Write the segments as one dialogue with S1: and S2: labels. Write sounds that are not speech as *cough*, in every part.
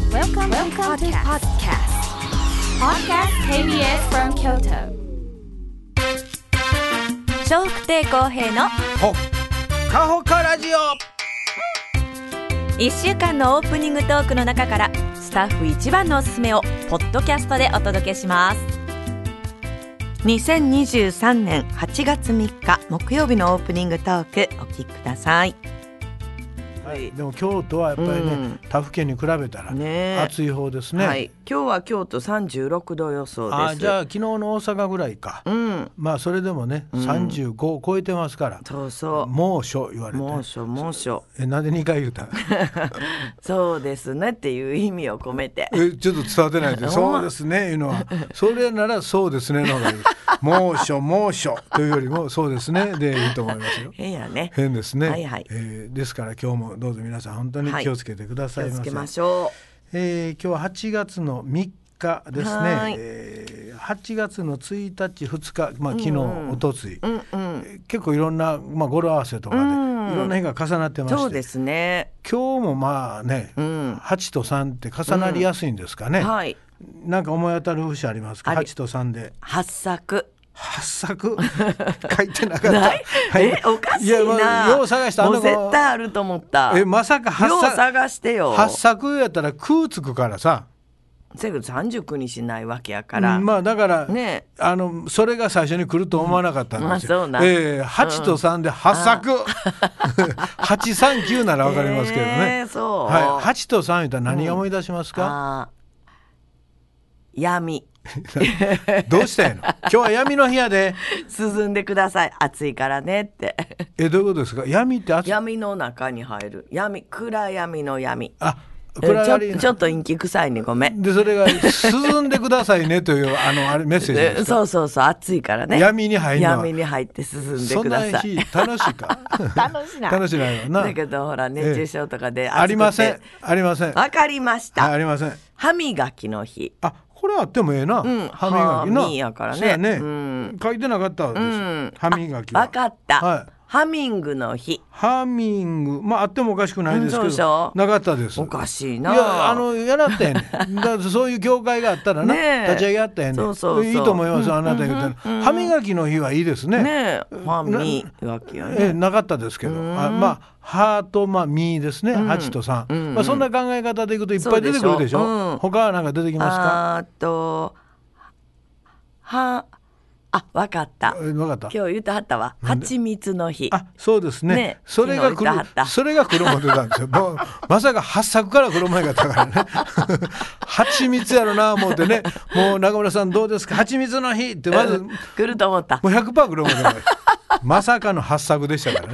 S1: Welcome to
S2: Welcome, to podcast.
S1: Podcast KBS from Kyoto.
S2: 笑福亭公平の
S3: ほっかほかラジオ
S2: 1週間のオープニングトークの中からスタッフ一番のおすすめをポッドキャストでお届けします2023年8月3日木曜日のオープニングトークお聞きくださいはい
S3: でも京都はやっぱりね、
S4: うん
S3: 他府県に比べたら
S4: ねえ
S3: 暑い方ですね
S4: はい、今日は京都三十六度予想です。
S3: あじゃあ昨日の大阪ぐらいか、
S4: うん、
S3: まあそれでもね35を超えてますから、
S4: そうそ
S3: 猛暑言わ
S4: う、
S3: れて
S4: 猛暑猛暑、
S3: えなんで2回言うた *laughs*
S4: そうですねっていう意味を込めて。
S3: えちょっと伝わってないでそうですねいうのはそれならそうですねの方がい
S4: *laughs*
S3: い猛暑猛暑というよりもそうですねでいいと思いますよ
S4: 変やね。
S3: 変ですね、
S4: はいはい
S3: えーですから今日もどうぞ皆さん本当に気をつけてくだ
S4: 気
S3: さい
S4: を
S3: ませ、
S4: つけましょ
S3: えー、今日は8月の3日です
S4: はー
S3: ね
S4: い、
S3: えー、8月の1日2日、まあ、昨日、おとつい、
S4: う。うんうん、
S3: えー結構いろんな、まあ、語呂合わせとかで、
S4: うん
S3: いろんな日が重なってまして
S4: そうですね。
S3: 今日もまあね、
S4: ん
S3: 8と3って重なりやすいんですかね、
S4: はい、
S3: なんか思い当たる節ありますか
S4: あり
S3: 8と3で
S4: 八作。
S3: 8作
S4: *laughs*
S3: 書いてなかった
S4: ない、え、おかしいな。
S3: や、まあ、よう探したあ
S4: も
S3: の
S4: う
S3: 子
S4: 絶対あると思った。
S3: えまさか
S4: よう
S3: 8作
S4: 探してよ。
S3: 八作やったら「空」つくからさ
S4: せやけど三十九にしないわけやから。
S3: うんまあだから、
S4: ねえ
S3: あのそれが最初に来ると思わなかったんですよ。
S4: うんまあそうなん
S3: ええ八と三で八作、 *laughs* 八三九ならわかりますけど
S4: え
S3: ね。
S4: ーそう。
S3: はい、八と三言ったら何を思い出しますか。
S4: あー闇。
S3: どうしたんやの。今日は闇の部屋で、
S4: *laughs* 涼んでください暑いからねって *laughs*
S3: えどういうことですか。闇って暑い
S4: 闇の中に入る闇暗闇の闇
S3: あ、
S4: え
S3: 暗
S4: ち
S3: がり
S4: ょちょっと陰気臭いねごめん
S3: でそれが涼んでくださいねというあのあれメッセージ
S4: え
S3: ですか。
S4: そうそうそう暑いからね
S3: 闇に入んのは
S4: 闇に入って涼んで
S3: そん
S4: く
S3: な
S4: ださ
S3: 日
S4: い
S3: 楽しい
S4: *laughs*
S3: か。楽しない。楽しないよな。
S4: だけどほら熱中症とかで暑くて
S3: ありません。ありません。
S4: わかりまし
S3: はい、あ
S4: た
S3: りません。
S4: 歯磨きの日
S3: あ、これあってもええな。
S4: ん
S3: 歯磨きな。
S4: 歯磨きやからね
S3: そうやね。
S4: うん
S3: 書いてなかったです。
S4: うん
S3: 歯磨きは。
S4: わかった、
S3: はい。
S4: ハミングの日
S3: ハミング、まああってもおかしくないですけど、
S4: うんそうでしょ
S3: なかったです。
S4: おかしい
S3: い
S4: な
S3: やあのやらったやねん
S4: *laughs*
S3: だからそういう業界があったらな、
S4: ねえ
S3: 立ち上げあったやねん
S4: そうそうそう
S3: いいと思います、あなたが言ったら、歯磨きの日はいいですね
S4: ねえ歯磨きは
S3: え
S4: ね
S3: えなかったですけど、あまあ歯とまあ身ですね、八と三、まあそんな考え方でいくといっぱい出てくるでしょ。
S4: そうでしょうん
S3: 他はなんか出てきますか。
S4: あーっとはあわかった
S3: えわかった。
S4: 今日言ってはったわ蜂蜜の日
S3: あ、そうですね。
S4: ね
S3: それが
S4: 昨日言っては
S3: 黒
S4: った、
S3: それが黒も出たんですよ。もう *laughs* まさか八作から黒もやったからね。 *laughs* 蜂蜜やろな思ってね。もう中村さんどうですか。蜂蜜の日ってま
S4: *laughs*
S3: ずも
S4: 来ると思った
S3: う百パー黒も出た。まさかの八作でしたから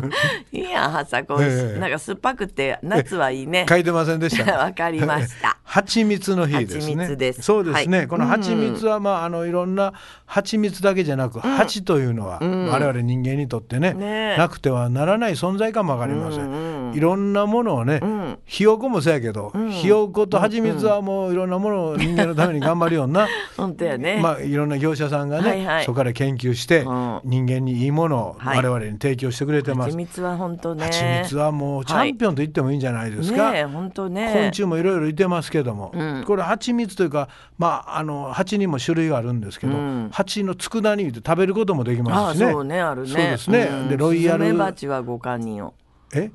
S3: ね。
S4: いいやん八作美味しい
S3: ええ
S4: なんか酸っぱくて夏はいい *laughs* ね
S3: 書いてませんでした。
S4: わかりました。
S3: *laughs* 蜂蜜の日ですね。
S4: 蜂蜜です
S3: そうですね。
S4: はい
S3: この蜂蜜は、まあ、あの、いろんな蜂蜜だけじゃなく、蜂というのは、我々人間にとってね。
S4: ねえ
S3: なくてはならない存在かもわかりません。いろんなものをね、ひよこもそうやけど、ひよこと蜂蜜はもういろんなものを人間のために頑張るよう
S4: *laughs*
S3: な。
S4: 本当やね、
S3: まあ、いろんな業者さんがね、
S4: はいはい
S3: そこから研究して、
S4: うん
S3: 人間にいいものを
S4: はい
S3: 我々に提供してくれてま
S4: 蜂
S3: す。
S4: 蜜は本当ね
S3: 蜂蜜はもうチャンピオンと言ってもいいんじゃないですか。
S4: ねえ本当ね
S3: 昆虫もいろいろいてますけども、
S4: うん
S3: これ蜂蜜というか、まあ、あの蜂にも種類があるんですけど、
S4: うん
S3: 蜂の佃煮で食べることもでき
S4: あ
S3: ま
S4: あ
S3: すしね。
S4: そうねあるね
S3: そうですね
S4: ん
S3: でロイヤル
S4: スズメバチは五カ人を
S3: え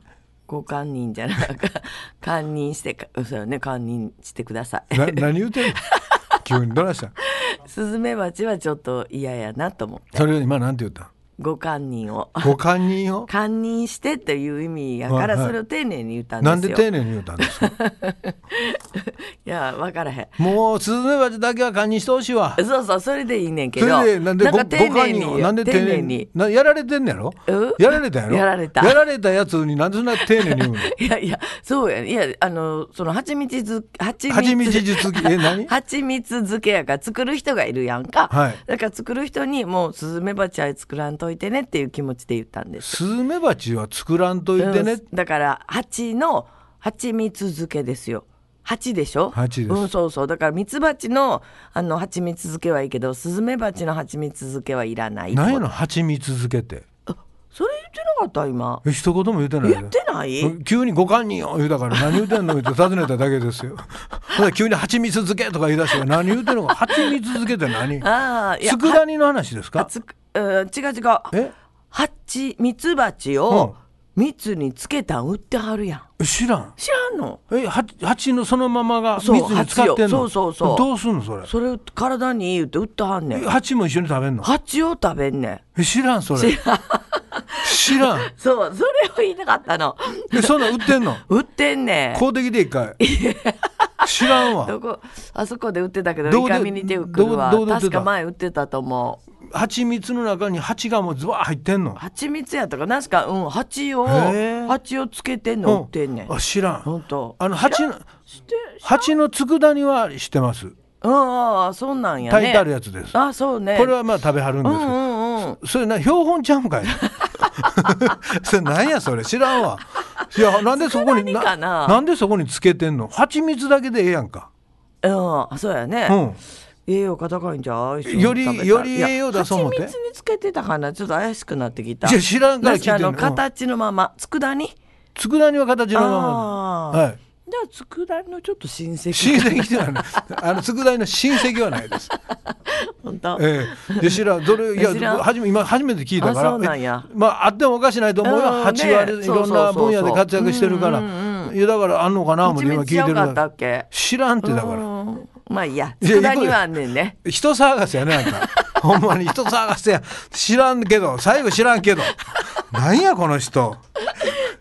S4: 五カ人じゃない *laughs* か堪忍してかそうよね堪忍してください
S3: な何言う
S4: *laughs*
S3: てんの急にどないしたん
S4: スズメバチはちょっと嫌やなと思う
S3: それ今なんて言ったん
S4: ご堪忍を *laughs*
S3: ご堪忍を
S4: 堪忍してっていう意味やか
S3: は
S4: ら
S3: いはい
S4: それを丁寧に言ったんですよ、
S3: なんで丁寧に言うたんですか
S4: いや分からへん
S3: もうスズメバチだけは堪忍してほしいわ。
S4: *laughs* そうそうそれでいいねんけ
S3: そ
S4: ど
S3: れでなんでご
S4: か
S3: ご
S4: 丁寧
S3: 堪
S4: に
S3: 忍を
S4: よ
S3: なんで丁寧になやられてんのやろ
S4: うん
S3: やられたやろ
S4: やられた
S3: やられたやつになんでそんな丁寧に言うの
S4: いやいやそうやねいやあのその蜂蜜漬け蜂
S3: 蜂蜜
S4: 蜜
S3: 術え何
S4: 蜂蜜漬けやから作る人がいるやんか、
S3: はい
S4: だから作る人にもうスズメバチは作らんといてねっていう気持ちで言ったんです
S3: スズメバチは作らんといてね、
S4: うんだから蜂の蜂蜜漬けですよ蜂でしょ
S3: 蜂です
S4: うん、そうそうだからミツバチのあの蜂蜜漬けはいいけどスズメバチの蜂蜜漬けはいらない
S3: なんやの蜂蜜漬けって
S4: それいってなかった今。
S3: え一言も言ってないよ
S4: 言ってない
S3: 急に「五感によ」言うたから何言うてんのって尋ねただけです
S4: *laughs*
S3: よほな急に「蜂蜜漬け」とか言い出して何言うてんのか蜂蜜漬けって何
S4: ああ、いや、
S3: 佃煮の話です
S4: は
S3: か
S4: つくうん違う違う。
S3: え
S4: ハチミツバチを蜜につけたん売ってはるやん
S3: 知らん
S4: 知らんの
S3: えは蜂のそのままが蜜
S4: そう
S3: に使ってんの
S4: 蜂よそうそうそう
S3: どうすんのそれ
S4: それを体にいい言って売ってはんね
S3: え
S4: ん
S3: 蜂も一緒に食べんの
S4: ハチを食べんねん
S3: え知らんそれ知らん
S4: そうそれを言いなかったの
S3: えそんなん売ってん
S4: *laughs*
S3: の
S4: 売ってんねん
S3: 公的で一回知らんわ
S4: *laughs* どこあそこで売ってたけど
S3: どこ
S4: イ
S3: で
S4: カミニテウクルは
S3: どこどこで売って
S4: 確
S3: た
S4: か前売ってたと思う
S3: 蜂蜜の中に蜂がもうズワー入ってんの
S4: 蜂蜜やとかなんすかうん蜂を
S3: へー
S4: 蜂をつけてん
S3: う
S4: の売ってんねん
S3: あ知らん
S4: 本当
S3: あの蜂の
S4: して
S3: 蜂の佃煮は知ってます
S4: うんうんそんなんやね
S3: 炊いてあるやつですこ
S4: あそうね
S3: れはまあ食べはるん
S4: う
S3: で
S4: ん
S3: す
S4: う
S3: けど
S4: んうん
S3: それな標本ちゃうんかい *laughs* それなんやそれ知らん
S4: *laughs*
S3: わいやなんでそこに
S4: 佃煮かなん
S3: でそこにつけてんの蜂蜜だけでええやんか
S4: うんあそうやね
S3: うん
S4: 栄養が高いんじゃう一緒に
S3: より
S4: 食べた
S3: より栄養
S4: いや
S3: 出そう思って
S4: 蜂蜜につけてたかなちょっと怪しくなってきた
S3: じゃあ知らんから聞いてんの
S4: なんかあの形のまま佃煮
S3: 佃煮は形のままで
S4: あー
S3: はい
S4: じゃあ佃煮のちょっと親戚
S3: 親戚じゃないあの佃煮の親戚はないです
S4: 本当、
S3: ええで知らんどれいや
S4: 知らん
S3: 初め今初めて聞いたから
S4: あそうなんや
S3: えまああってもおかしないと思う
S4: う
S3: よ
S4: ん
S3: 蜂はあれ
S4: ね
S3: いろんな分野で活躍してるから
S4: そうそうそううんうんうん
S3: いやだからあんのかな思っ
S4: 蜂
S3: て今聞いて
S4: 蜜ちゃう
S3: る
S4: か
S3: か
S4: った
S3: ら
S4: っけ
S3: 知らんってだから
S4: うんまあいいや
S3: いや
S4: 佃煮はあんねんね
S3: 人騒がせやねあんた
S4: *laughs*
S3: ほんまに人騒がせや知らんけど最後知らんけどなんやこの人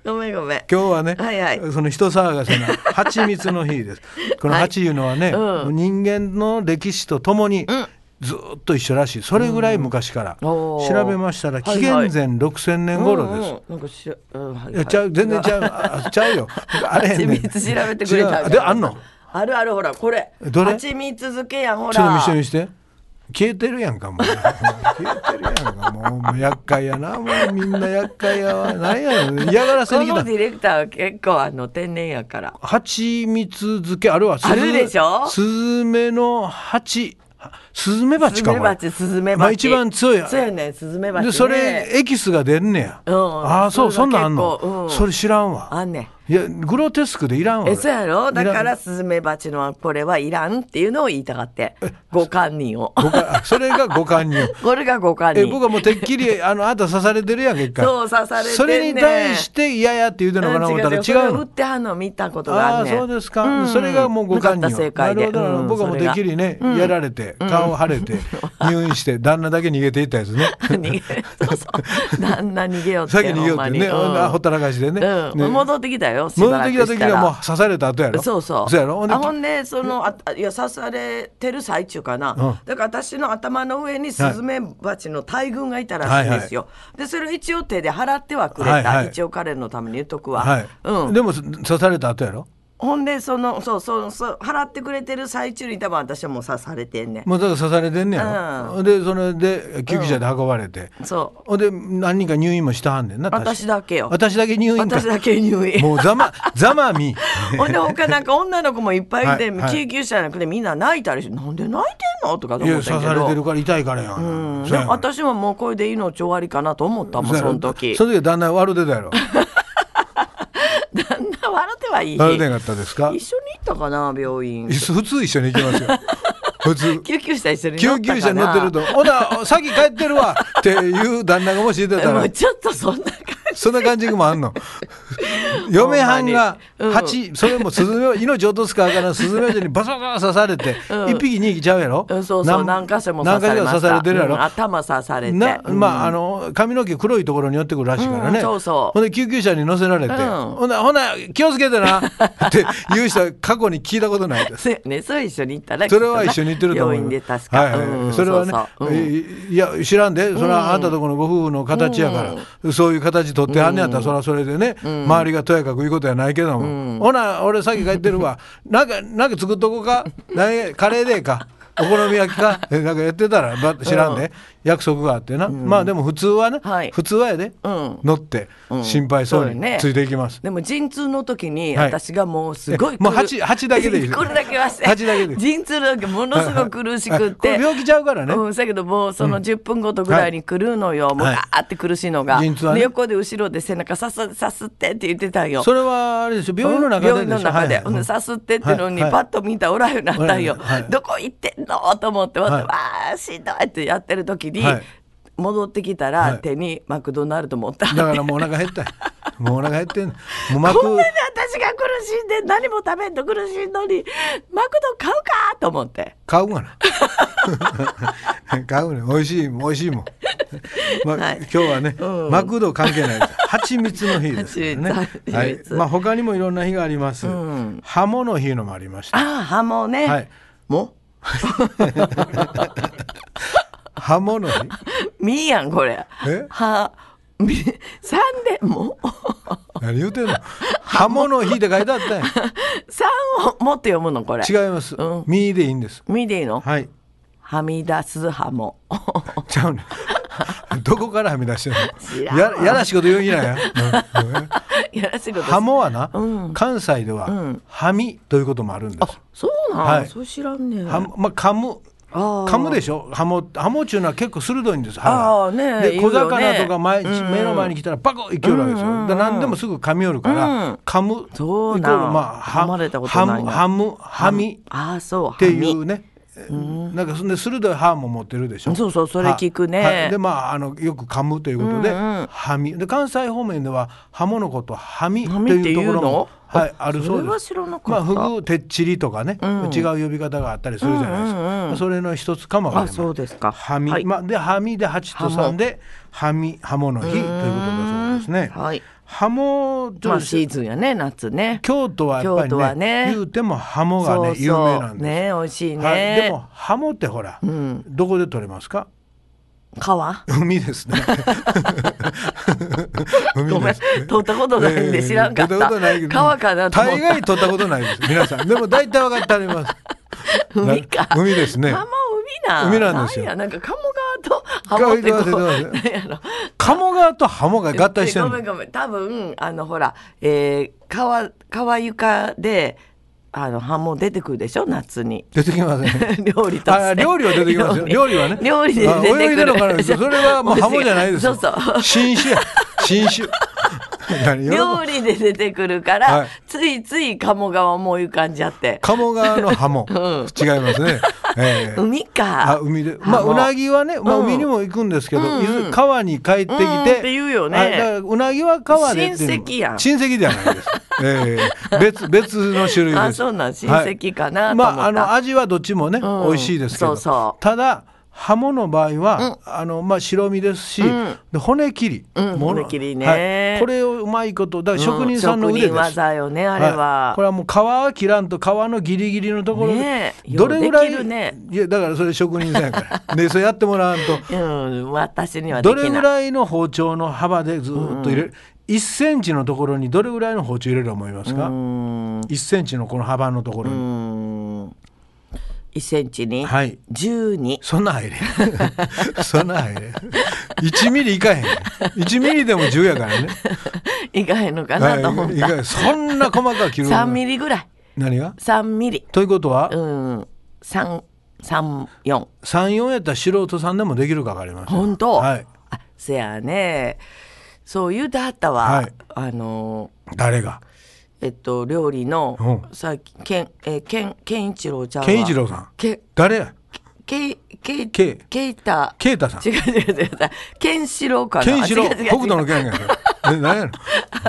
S4: ごめんごめん
S3: 今日はね、
S4: はいはい
S3: その人騒がせ
S4: *laughs*
S3: な蜂蜜の日ですこの蜂いうのはね、
S4: う
S3: 人間の歴史とともにずーっと一緒らしいそれぐらい昔から、
S4: うんお
S3: 調
S4: ー
S3: べましたら
S4: はいはい
S3: 紀元前6000年頃です、
S4: うんうんなんかしら、うんはいはい
S3: いやちゃう全然ちゃうあちゃうよあれ
S4: 蜂
S3: やねん
S4: 蜜調べてくれた
S3: 違
S4: んや
S3: うであんの
S4: あるあるほらこれ
S3: どれ
S4: 蜂蜜漬けやんほら
S3: ちょっと見して見して消えてるやんかもう消えてるやんかもうもう厄介やなもうみんな厄介やわなんやねん嫌がらせ
S4: こ
S3: に来
S4: の
S3: た
S4: ディレクターは結構あの天然やから
S3: 蜂蜜漬けあるわ
S4: あるでしょ
S3: スズメの蜂スズメバチ
S4: スズ
S3: かこ
S4: メ
S3: れ
S4: バチスズメバチ、
S3: まあ一番強い
S4: そうやねスズメバチ、ね、
S3: でそれエキスが出んねや、
S4: うん
S3: ああそう
S4: そ
S3: そ
S4: れ
S3: ん
S4: が
S3: なんあんの
S4: 結構、うん
S3: それ知らんわ
S4: あんねん
S3: いやグロテスクでいらんわ
S4: え
S3: 俺
S4: そうやろだか
S3: いら
S4: ら
S3: ん
S4: スズメバチのこれはいらんっていうのを言いたがって五感人を
S3: 五感あそれが五感
S4: *laughs*
S3: に
S4: これが五感
S3: え
S4: 人
S3: 僕はもうてっきりあのあんた刺されてるやん結果
S4: そう刺されてんねん
S3: それに対して嫌やって言うてんのかな思ったら違
S4: んこれ
S3: う
S4: を売
S3: の
S4: ってはんの見たことが
S3: あ
S4: あ
S3: あ
S4: んねん
S3: そうですか、
S4: ん
S3: それがもうご感
S4: な
S3: に
S4: かった正解
S3: な
S4: で
S3: るほどなるほど、
S4: うん
S3: 僕はもう
S4: そ
S3: て
S4: れ
S3: っ
S4: が
S3: きりね、やられて顔腫れて、入院して旦那だけ逃げていったやつね
S4: *laughs* 逃げそう *laughs* そう旦那逃げようって
S3: *laughs* 先に逃げようっ
S4: ほんま
S3: てね、
S4: うん
S3: あほったらかしでね,、
S4: うん
S3: ね
S4: 戻ってきたよしば
S3: 戻っ
S4: ら
S3: てき
S4: くしたた
S3: 時にはもう刺された後やろ
S4: そうそう
S3: そうやろほんで
S4: あほんでそのああいや刺されてる最中かな、だから私の頭の上にスズメバチの大群がいたらしいんですよ、でそれを一応手で払ってはくれた、
S3: はいはい
S4: 一応彼のために言っとくわ、
S3: はい、
S4: うん、
S3: でも刺された後やろ
S4: ほんでそのそうそうそう払ってくれてる最中に多分私はもう刺されてんねん
S3: もうだから刺されてんねやろ、でそれで救急車で運ばれて、
S4: そう
S3: ほんで何人か入院もしたはんねんな確か
S4: 私だけよ
S3: 私だけ入院か
S4: 私だけ入院
S3: もうざまざまみ
S4: ほんで他なんか女の子もいっぱいいて、
S3: はいはい
S4: 救急車なくてみんな泣いたりしてなんで泣いてんのとかと
S3: い
S4: *laughs* 思っ
S3: や刺
S4: たけ
S3: され
S4: ど
S3: てるから痛いからやん、
S4: うん
S3: そうやん
S4: 私ももうこれで命終わりかなと思ったも
S3: う
S4: ん
S3: やろ
S4: その時
S3: その時は旦那笑うて
S4: *laughs*
S3: たやろ
S4: 旦那笑ってはいい
S3: 笑うてんかったですか
S4: 一緒に行ったかな病院
S3: 普通一緒に行きます
S4: *laughs*
S3: よ普通
S4: 救急車一緒に乗
S3: 救
S4: ったかな
S3: 急車に乗ってると「ほな先帰ってるわ」っていう旦那がもしいてた
S4: *laughs* も
S3: ら
S4: うちょっとそんな
S3: *laughs*
S4: 感じ
S3: そんな感じもあん
S4: *laughs*
S3: の嫁はんが
S4: ほんまにうん
S3: 蜂、それもスズメを命落とすからからスズメバチにバサバサ刺されて一、匹二匹ちゃうやろ、
S4: うんそうそう何箇所も刺され
S3: 何
S4: ま
S3: 箇所
S4: した
S3: 刺されてるやろ、
S4: うん頭刺されて
S3: な
S4: うん
S3: まああの髪の毛黒いところに寄ってくるらしいからね、
S4: うんそうそう
S3: ほんで救急車に乗せられて、
S4: うん
S3: ほなほな気をつけてなって言う人は過去に聞いたことないです
S4: そうやねそれ一緒に行ったら
S3: それは一緒に行ってると思う
S4: 病院で確か、
S3: はいはい
S4: うん
S3: それはね
S4: うそううん
S3: いいや知らんでそれはあんたとこのご夫婦の形やから、そういう形取ってはんねやったら、それはそれでね、周りがとやかく言うことやないけども、ほな俺先帰ってるわなんかなんか作っとこうか何やカレーでええかお好み焼きかえなんかやってたらば知らんで、約束があってな、まあでも普通はね、
S4: はい
S3: 普通はやで、
S4: うん
S3: 乗って
S4: うん
S3: 心配そう
S4: そう
S3: に
S4: よね
S3: ついていきます、
S4: でも陣痛の時に
S3: はい
S4: 私がもうすごい
S3: えもう
S4: 苦
S3: 蜂蜂だけでいい
S4: *laughs* これだけはして
S3: 蜂だけで
S4: 陣痛の時ものすごく苦しくっ
S3: これ
S4: て
S3: 病気ちゃうからね、
S4: うん、だけどもうその10分ごとぐらいに来るのよ、もう
S3: は
S4: ガ
S3: い
S4: ーって苦しいのが、
S3: 陣痛はね
S4: で横で後ろで背中さすさすってって言ってたんよ
S3: それはあれでしょ病院の中で
S4: 病院の中で
S3: しょはい
S4: ほんでさすってってのに
S3: はい
S4: パッと見たらおらんようになったんよ、
S3: はいはい
S4: どこ行ってんのと思ってわ
S3: はい
S4: あしんどいってやってる時に、
S3: はい
S4: 戻ってきた
S3: は
S4: ら
S3: い
S4: 手にマクドナルド持ったって、
S3: だからもうお腹減ったよもうお腹減ってんのもう
S4: こ
S3: 膜
S4: んなに私が苦しんで何も食べんと苦しいのにマクド買うかと思って
S3: 買うが
S4: *laughs*
S3: な買うね美味しい美味しいもん、まあ
S4: はい
S3: 今日はね、
S4: うん
S3: マクド関係
S4: *laughs*
S3: ないです蜂蜜の日ですからね
S4: 蜂、蜜
S3: はい
S4: 蜂蜜
S3: まあ、他にもいろんな日があります、
S4: うん
S3: ハモの日のもありました
S4: ああハモね、
S3: はい
S4: も
S3: ハモの日
S4: うみーやんこれ
S3: え
S4: はみ三でもう
S3: 何言うてんのハモの日って書いてあったんや
S4: 三をもっと読むのこれ
S3: 違います、
S4: うん
S3: ミーでいいんです
S4: ミディの
S3: はい
S4: はみ出すハモ *laughs*
S3: ちゃうねんどこからはみ出してん
S4: 知
S3: の
S4: らん
S3: ややらしいこと言うんやなうんうん
S4: やらしいことです
S3: ハモはな、
S4: うん
S3: 関西で
S4: う
S3: は
S4: ん
S3: ハミということもあるんです
S4: そうなん、
S3: はい
S4: そう知らんねん
S3: ハモまあ、噛む
S4: あー
S3: 噛むでしょハモハモっていうのは結構鋭いんです
S4: あー
S3: 歯が
S4: ね
S3: で
S4: 言う
S3: 小
S4: よね
S3: 魚とか前、
S4: うんうん
S3: 目の前に来たらバコッいけるわけですよ、
S4: うんうんうん
S3: だから何でもすぐ噛み寄るから、
S4: うん
S3: 噛むイコ
S4: そ
S3: ー
S4: う
S3: ル
S4: なん
S3: まあ
S4: 噛まれたこと
S3: ハ
S4: ない
S3: ム
S4: な
S3: ハムハミ
S4: ああそう
S3: ってい
S4: ハ
S3: う
S4: ミ
S3: ねなんかそんで鋭い歯も持ってるでしょ
S4: そうそうそれ聞くね
S3: ははいでまああのよく噛むということで、
S4: うんうん
S3: ハミで関西方面ではハモのことハミ
S4: ハ
S3: と
S4: ミって
S3: いう
S4: 言
S3: と
S4: う
S3: ころも
S4: の
S3: はいあるそう
S4: それ
S3: で
S4: は
S3: す
S4: 知らな
S3: ま
S4: か
S3: あ、
S4: った、
S3: フグてっちりとかね、
S4: うん
S3: 違う呼び方があったりするじゃないですか、
S4: うんうんうん
S3: それの一つかもわかりません
S4: あそうですか
S3: はみ、
S4: はい
S3: まあ、ではみで八と三ではみハモの日ということだそうですね
S4: うんはい
S3: ハモちょっと
S4: まあシーズンやね夏ね
S3: 京都はやっぱり
S4: 京都は
S3: ね
S4: ね
S3: 言うてもハモがね
S4: そうそう
S3: 有名なんです、
S4: ね美味しいね、
S3: はい、でもハモってほら、
S4: ん
S3: どこで取れますか
S4: 川
S3: 海です
S4: *laughs*
S3: ね海
S4: ごめ
S3: で
S4: ん
S3: すね
S4: 取ったことないんで知らんかった
S3: ええ取ったことないけど
S4: 川かなと思っ
S3: 大
S4: た
S3: 概取ったことないです皆さんでも大体分かってあります
S4: *laughs* 海か
S3: 海ですね
S4: カモ海な
S3: 海なんですよ
S4: やなんかカモ川とハモってこ
S3: カモ川
S4: う
S3: と
S4: *laughs* なんやろ
S3: 鴨川とハモが合体してる
S4: ごめ
S3: の
S4: んごめん多分あのほら、えー、川川床であのハモ出てくるでしょ夏に *laughs*
S3: 出てきません
S4: 料理とし
S3: あ
S4: て
S3: 料理は出てきますよ料理はね
S4: 料理で
S3: あ
S4: 出てくる
S3: 泳いでるのかなそれはもうハモじゃないですよ
S4: そうそう
S3: 新種や新
S4: *laughs*
S3: 種何喜ぶ
S4: 料理で出てくるから、
S3: はい
S4: ついつい鴨川思い浮かんじゃって
S3: 鴨川のハ
S4: *laughs*
S3: モ、
S4: ん
S3: 違いますね、ええ
S4: 海か
S3: あ海でまあ
S4: ハモ
S3: うなぎはね、まあ、
S4: うん
S3: 海にも行くんですけど、
S4: うんうん
S3: 伊豆川に帰ってきて、
S4: うんって言うよね
S3: あだからうなぎは川でっていうの
S4: 親戚やん
S3: 親戚ではないです、ええ別別の種類です
S4: あそうなん親戚かなと思
S3: ま
S4: った、
S3: ああの味はどっちもね、
S4: うん
S3: 美味しいですけど
S4: そうそう
S3: ただハモの場合は、あのまあ白身ですし、
S4: うん
S3: で骨切り、
S4: うん
S3: もの
S4: 骨切りね
S3: はいこれをうまいことだから職人さんの腕です、
S4: うん職人技よねあれはい
S3: これはもう皮は切らんと皮のギリギリのところで、
S4: ねえ
S3: どれぐらい
S4: ようできるね
S3: いやだからそれ職人さんやから *laughs* でそれやってもらわんと
S4: うん私にはで
S3: ど
S4: きな
S3: れ
S4: い
S3: ぐらいの包丁の幅でずーっと入れる、1センチのところにどれぐらいの包丁入れると思いますか、
S4: うん
S3: 1センチのこの幅のところに、
S4: 1センチに、
S3: はい
S4: 12
S3: そんなん入れ *laughs* んそんなん入れん1ミリいかへん1ミリでも10やからね、
S4: いかへんのかなと思
S3: は
S4: っ
S3: い、いか
S4: た
S3: へんそんな細かく切る
S4: 3ミリぐらい
S3: 何が
S4: 3ミリ
S3: ということは、
S4: うん334
S3: 34やったら素人さんでもできるか分かりません
S4: 本当、
S3: はい
S4: あせやねそう言うてはったわ、
S3: はい
S4: あの
S3: 誰が
S4: えっと料理の
S3: う
S4: さっきけんえーけんけんいちろうちゃんは
S3: 健一郎さん
S4: け
S3: 誰や
S4: けいけい
S3: けい
S4: けいた
S3: 啓太さん
S4: 違う違う違うけんしろうかな
S3: 健一郎
S4: 違う違う違う
S3: 北斗の剣やからね何や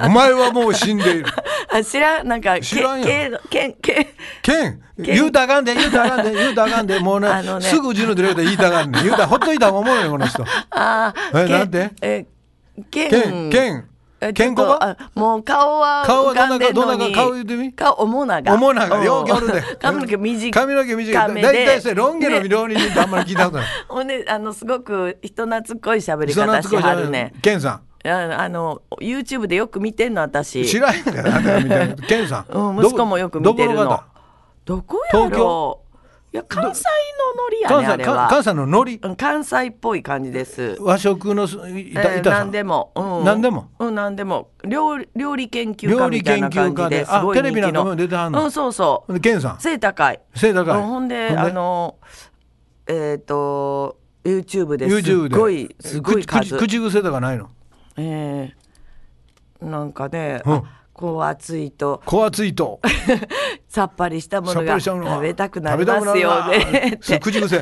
S3: のお前はもう死ん
S4: *laughs*
S3: でいる
S4: あ知らんなんかけ
S3: 知らんやん
S4: けのけんけ
S3: 剣言うたらあかんで言うたらあかんで言うたらあかんでもうね
S4: あのね
S3: すぐうちのディレクター言いたらあかんで言うたらほっといた方がおもろいねこの人
S4: あー
S3: え
S4: け
S3: なんて
S4: えけ
S3: 剣
S4: ん
S3: 剣
S4: えちょ
S3: 剣
S4: っ
S3: 子
S4: と
S3: は
S4: あもう顔は
S3: 顔は
S4: 浮かんでんの
S3: どんな
S4: に
S3: か顔言うてみ
S4: 顔おもなが
S3: おもなが
S4: うん
S3: ようけおるで
S4: 髪の毛短
S3: *laughs*
S4: い
S3: 髪の毛短いだいたいそれロン毛の料理人ってあんまり聞いたことない
S4: ほんであのすごく人懐っこい喋り
S3: そん
S4: 方
S3: な
S4: して
S3: つ
S4: はるね
S3: ケンさ
S4: ああの YouTube でよく見てんの
S3: ん
S4: 私
S3: 知らへんからなみたいなケンさん
S4: うん、息子もよく見てる
S3: どこどこ
S4: の
S3: 方
S4: どこや
S3: 東
S4: ろ
S3: 京
S4: ういや関西のりや
S3: 関
S4: ねあ
S3: 西
S4: れ
S3: か
S4: は
S3: 関西の海苔
S4: うん関西っぽい感じです
S3: 和食のすいいた
S4: えー
S3: 板さん
S4: 何でも、うん、
S3: 何でも
S4: うん、何でも料理料理研究
S3: 料
S4: 家
S3: 理
S4: みたい
S3: 研
S4: な感
S3: 究
S4: じ
S3: 家
S4: で
S3: ですあ
S4: ごい
S3: テレビなんかも
S4: 人
S3: 出
S4: 気
S3: てはん
S4: のう
S3: の
S4: んそうそう
S3: で健さん
S4: 背高い
S3: 背高い
S4: うんほんで
S3: ほんで
S4: あのえっ、と YouTube ですっ
S3: YouTube で
S4: ごいすご
S3: 口
S4: い
S3: 口
S4: 数
S3: 口癖とかないの
S4: えーなんかね、
S3: うん
S4: あこう暑いと
S3: 小熱い
S4: *laughs*
S3: と
S4: さっぱりしたも
S3: さ
S4: の
S3: っぱ
S4: が
S3: りしたものが
S4: 食べたくなりますよ
S3: 食べたくなる
S4: *laughs* ね
S3: *laughs* なそれ口癖
S4: 違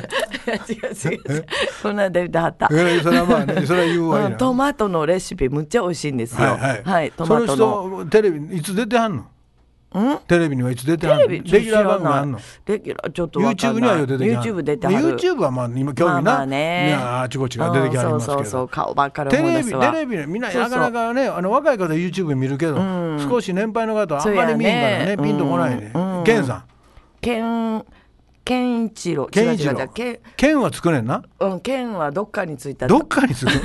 S4: う違う違うそんなんで歌った
S3: えらいそれはまあ
S4: *laughs*
S3: ねそれは言うわ
S4: う
S3: い
S4: ん
S3: な
S4: トマトのレシピむっちゃ美味しいんですよ。
S3: はい
S4: は、
S3: はいい、
S4: トマト
S3: そ
S4: の。
S3: の人テレビにいつ出てはんの
S4: ん
S3: テレビにはいつ出てはんの
S4: テレビ
S3: レギュラー番組あんの
S4: レギュラーちょっとわか
S3: YouTube
S4: ん
S3: に
S4: ない
S3: はよ出てきはん
S4: YouTube 出てはる。
S3: YouTube はまあ今興
S4: まあ
S3: 味
S4: まあ
S3: な、
S4: ね
S3: ねああちこちが出てきはりますけど、
S4: うんそうそうそう顔ばっかり
S3: テ
S4: 思い
S3: レ
S4: 出
S3: ビ
S4: す
S3: テ
S4: わ。
S3: レビみんな
S4: そう
S3: な
S4: そう
S3: かなかねあの若い方 YouTube 見るけど、少し年配の方はあんまり見えんから
S4: そう
S3: ね
S4: やね
S3: ピンとこないね、
S4: うん
S3: ケンさん
S4: ケンケンイチロ。
S3: ケンイチ
S4: 違う
S3: ロ
S4: 違う違うケン
S3: ケンは作れんな
S4: うんケンはどっかについた。
S3: どっかに
S4: *laughs*
S3: 作る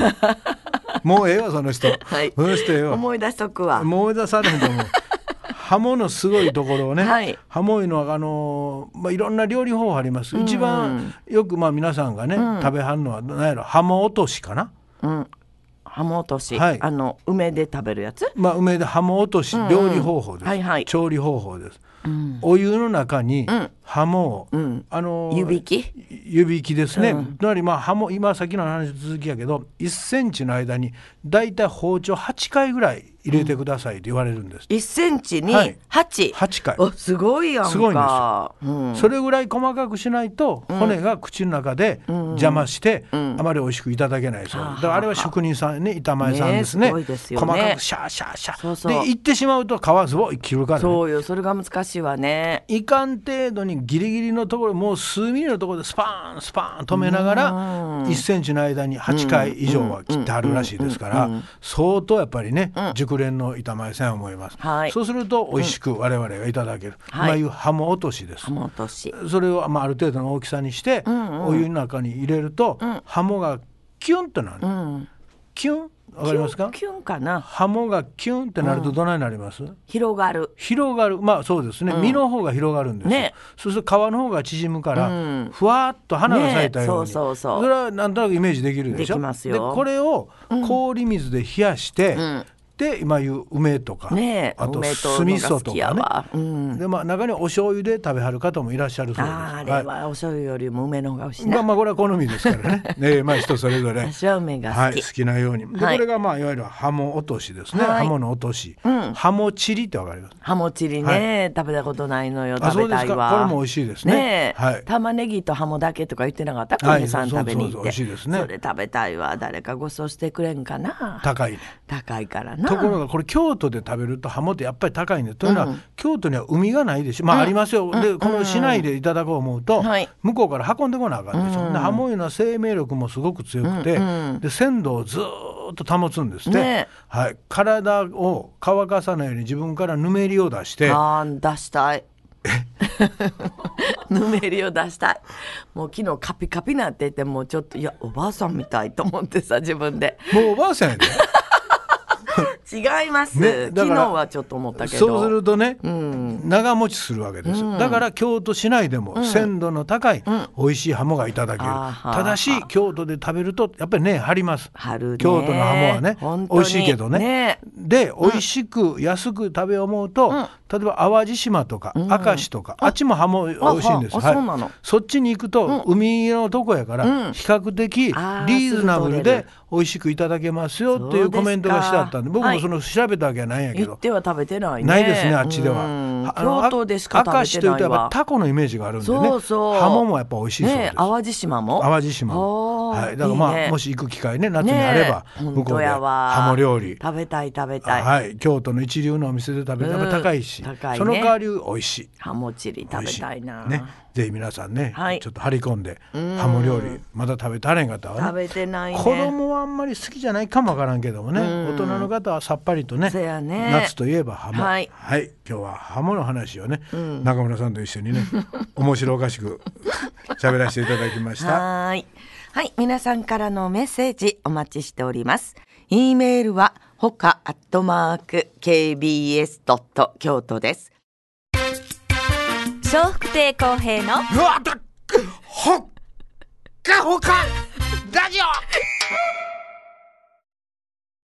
S3: もうええわその人、
S4: はい
S3: *laughs* その人ええわ
S4: 思い出しとくわ。
S3: もう出されへんと思うハモのすごいところをね、
S4: はい
S3: ハモいうのはあのーまあ、いろんな料理方法あります、一番よくまあ皆さんがね、食べはんのは何やろハモ落としかな、
S4: ハモ落とし、
S3: はい
S4: あの梅で食べるやつ。
S3: まあ、梅でハモ落とし料理方法です、
S4: はいはい
S3: 調理方法です、お湯の中にハモを、
S4: ん
S3: あのー
S4: 湯引き。
S3: 湯引きですね、つまりまあハモ今さっきの話の続きやけど1センチの間にだいたい包丁8回ぐらい入れてくださいって言われるんです、
S4: 一センチに
S3: はい
S4: 八。
S3: 8回
S4: おすごいやんか。
S3: すごいんです
S4: うん。
S3: それぐらい細かくしないと骨が口の中で邪魔してあまり美味しくいただけないそうです、だからあれは職人さんね板前さんですね
S4: ねすごいですよね
S3: 細かくシャーシャーシャー
S4: そうそう
S3: で行ってしまうと皮すごい切るから、ね、
S4: そうよそれが難しいわね。
S3: いかん程度にギリギリのところもう数ミリのところでスパーンスパーン止めながら1センチの間に8回以上は切ってあるらしいですから相当やっぱりね熟練の板前さんは思います、
S4: はい
S3: そうすると美味しく我々がいただける、
S4: はい
S3: まあいうハモ落としです
S4: ハモ落とし。
S3: それを、まあ、ある程度の大きさにして、お湯の中に入れると、ハモがキュンとなる、
S4: うん。
S3: キュンわかりますか
S4: キュンかな。
S3: ハモがキュンってなるとどないなります、
S4: 広がる。
S3: 広がるまあそうですね、身の方が広がるんですよ、
S4: ね
S3: そうすると皮の方が縮むから、
S4: うん
S3: ふわっと花が咲いたように、
S4: ねそうそうそう
S3: れはなんとなくイメージできるでしょ
S4: できますよ
S3: これを氷水で冷やして、
S4: ん
S3: で今いう梅とか、
S4: ねえ。
S3: あと
S4: 梅
S3: 酢味噌と
S4: のが
S3: かね
S4: 好きやわうん。
S3: でまあ中にお醤油で食べはる方もいらっしゃるそうです
S4: あーあれ
S3: い
S4: はお醤油よりも梅の方が美味しい
S3: まあ
S4: な。
S3: まあこれは好みですから
S4: *laughs*
S3: ね。ええまあ人それぞれ。
S4: 私は梅が
S3: は
S4: 好
S3: い、
S4: き
S3: 好。きなように。で、
S4: はい
S3: これがまあいわゆるハモ落としですね。
S4: はい
S3: ハモの落とし。
S4: ん
S3: ハモチリってわかります。
S4: ハモチリね食べたことないのよ
S3: あ
S4: 食べた
S3: そ
S4: い
S3: うです
S4: わ。
S3: かこれも美味しいですね
S4: ねえ
S3: はい
S4: 玉ねぎとハモだけとか言ってなかった小
S3: はい
S4: 梅さん食べに行
S3: そうそうそう美
S4: って。
S3: 味しいですね
S4: それ食べたいわ誰かご馳走してくれんかな。
S3: 高いね。
S4: 高いからな。
S3: ところがこれ京都で食べるとハモってやっぱり高いんでというのは、京都には海がないでしょまあありますよ、でこの市内でいただこう思うと、
S4: はい
S3: 向こうから運んでこなあかんでしょ、でハモいうのは生命力もすごく強くて、で鮮度をずーっと保つんですって、
S4: ね
S3: はい、体を乾かさないように自分からぬめりを出して
S4: あー出したい。 *laughs* ぬめりを出したい。もう昨日カピカピなっててもうちょっといやおばあさんみたいと思ってさ自分で
S3: もうおばあさん
S4: *laughs*
S3: やで。
S4: 違います、
S3: ねだ
S4: 昨
S3: から
S4: 日はちょっと思ったけど
S3: そうするとね、長持ちするわけです、だから京都市内でも鮮度の高い美味しいハモがいただける、
S4: あーはー
S3: ただし京都で食べるとやっぱりね張ります
S4: 張るね
S3: 京都のハモはね
S4: 本当に
S3: 美味しいけどね
S4: ね
S3: で美味しく、安く食べよう思うと、例えば淡路島とか、明石とかあっちもハモ美味しいんです
S4: ああそうなの
S3: そっちに行くと、海のとこやから比較的リ
S4: あー
S3: ーズナブル
S4: すぐ取れる
S3: で美味しくいただけますよっていう
S4: そうですか
S3: コメントがしてあったんで僕
S4: は
S3: も
S4: い
S3: その調べたわけはないんやけ
S4: 行
S3: ど
S4: っ、ては食べてないね
S3: ないですねあっちで
S4: うん
S3: は。あの
S4: 京都でしか
S3: 明
S4: 食
S3: 石
S4: べ
S3: と
S4: て
S3: いう
S4: な
S3: とや
S4: い
S3: っぱ
S4: わ
S3: りタコのイメージがあるんでね。
S4: そうそう
S3: ハモもやっぱ美味しいそうで
S4: ね
S3: す。
S4: 淡路島も
S3: 淡路島も。
S4: おー
S3: はい。だからまあ
S4: いいね
S3: もし行く機会ね夏にあれば、
S4: ねえ
S3: 向こ
S4: 本
S3: う
S4: 当
S3: で
S4: やわ
S3: ハモ料理。
S4: 食べたい食べたい、
S3: はい、京都の一流のお店で食べたらやっぱ高いし、
S4: うん高いね
S3: その代わり美味しい
S4: ハモチリ食べたいな
S3: ね、ぜひ皆さんね、
S4: はい
S3: ちょっと張り込んでハモ料理まだ食べたれん方は、ね、
S4: 食べてないね
S3: 子供はあんまり好きじゃないかもわからんけどもね、大人の方はさっぱりとね
S4: せやね
S3: 夏といえばハモ
S4: はい
S3: 今日はハモの話をね、中村さんと一緒にね面白おかしく喋らせていただきました。
S4: はーい。はい。皆さんからのメッセージお待ちしております。e メールは、ほかアットマーク kbs. 京都です。
S2: 笑福亭公平の
S3: うわだっほっカホカラジオ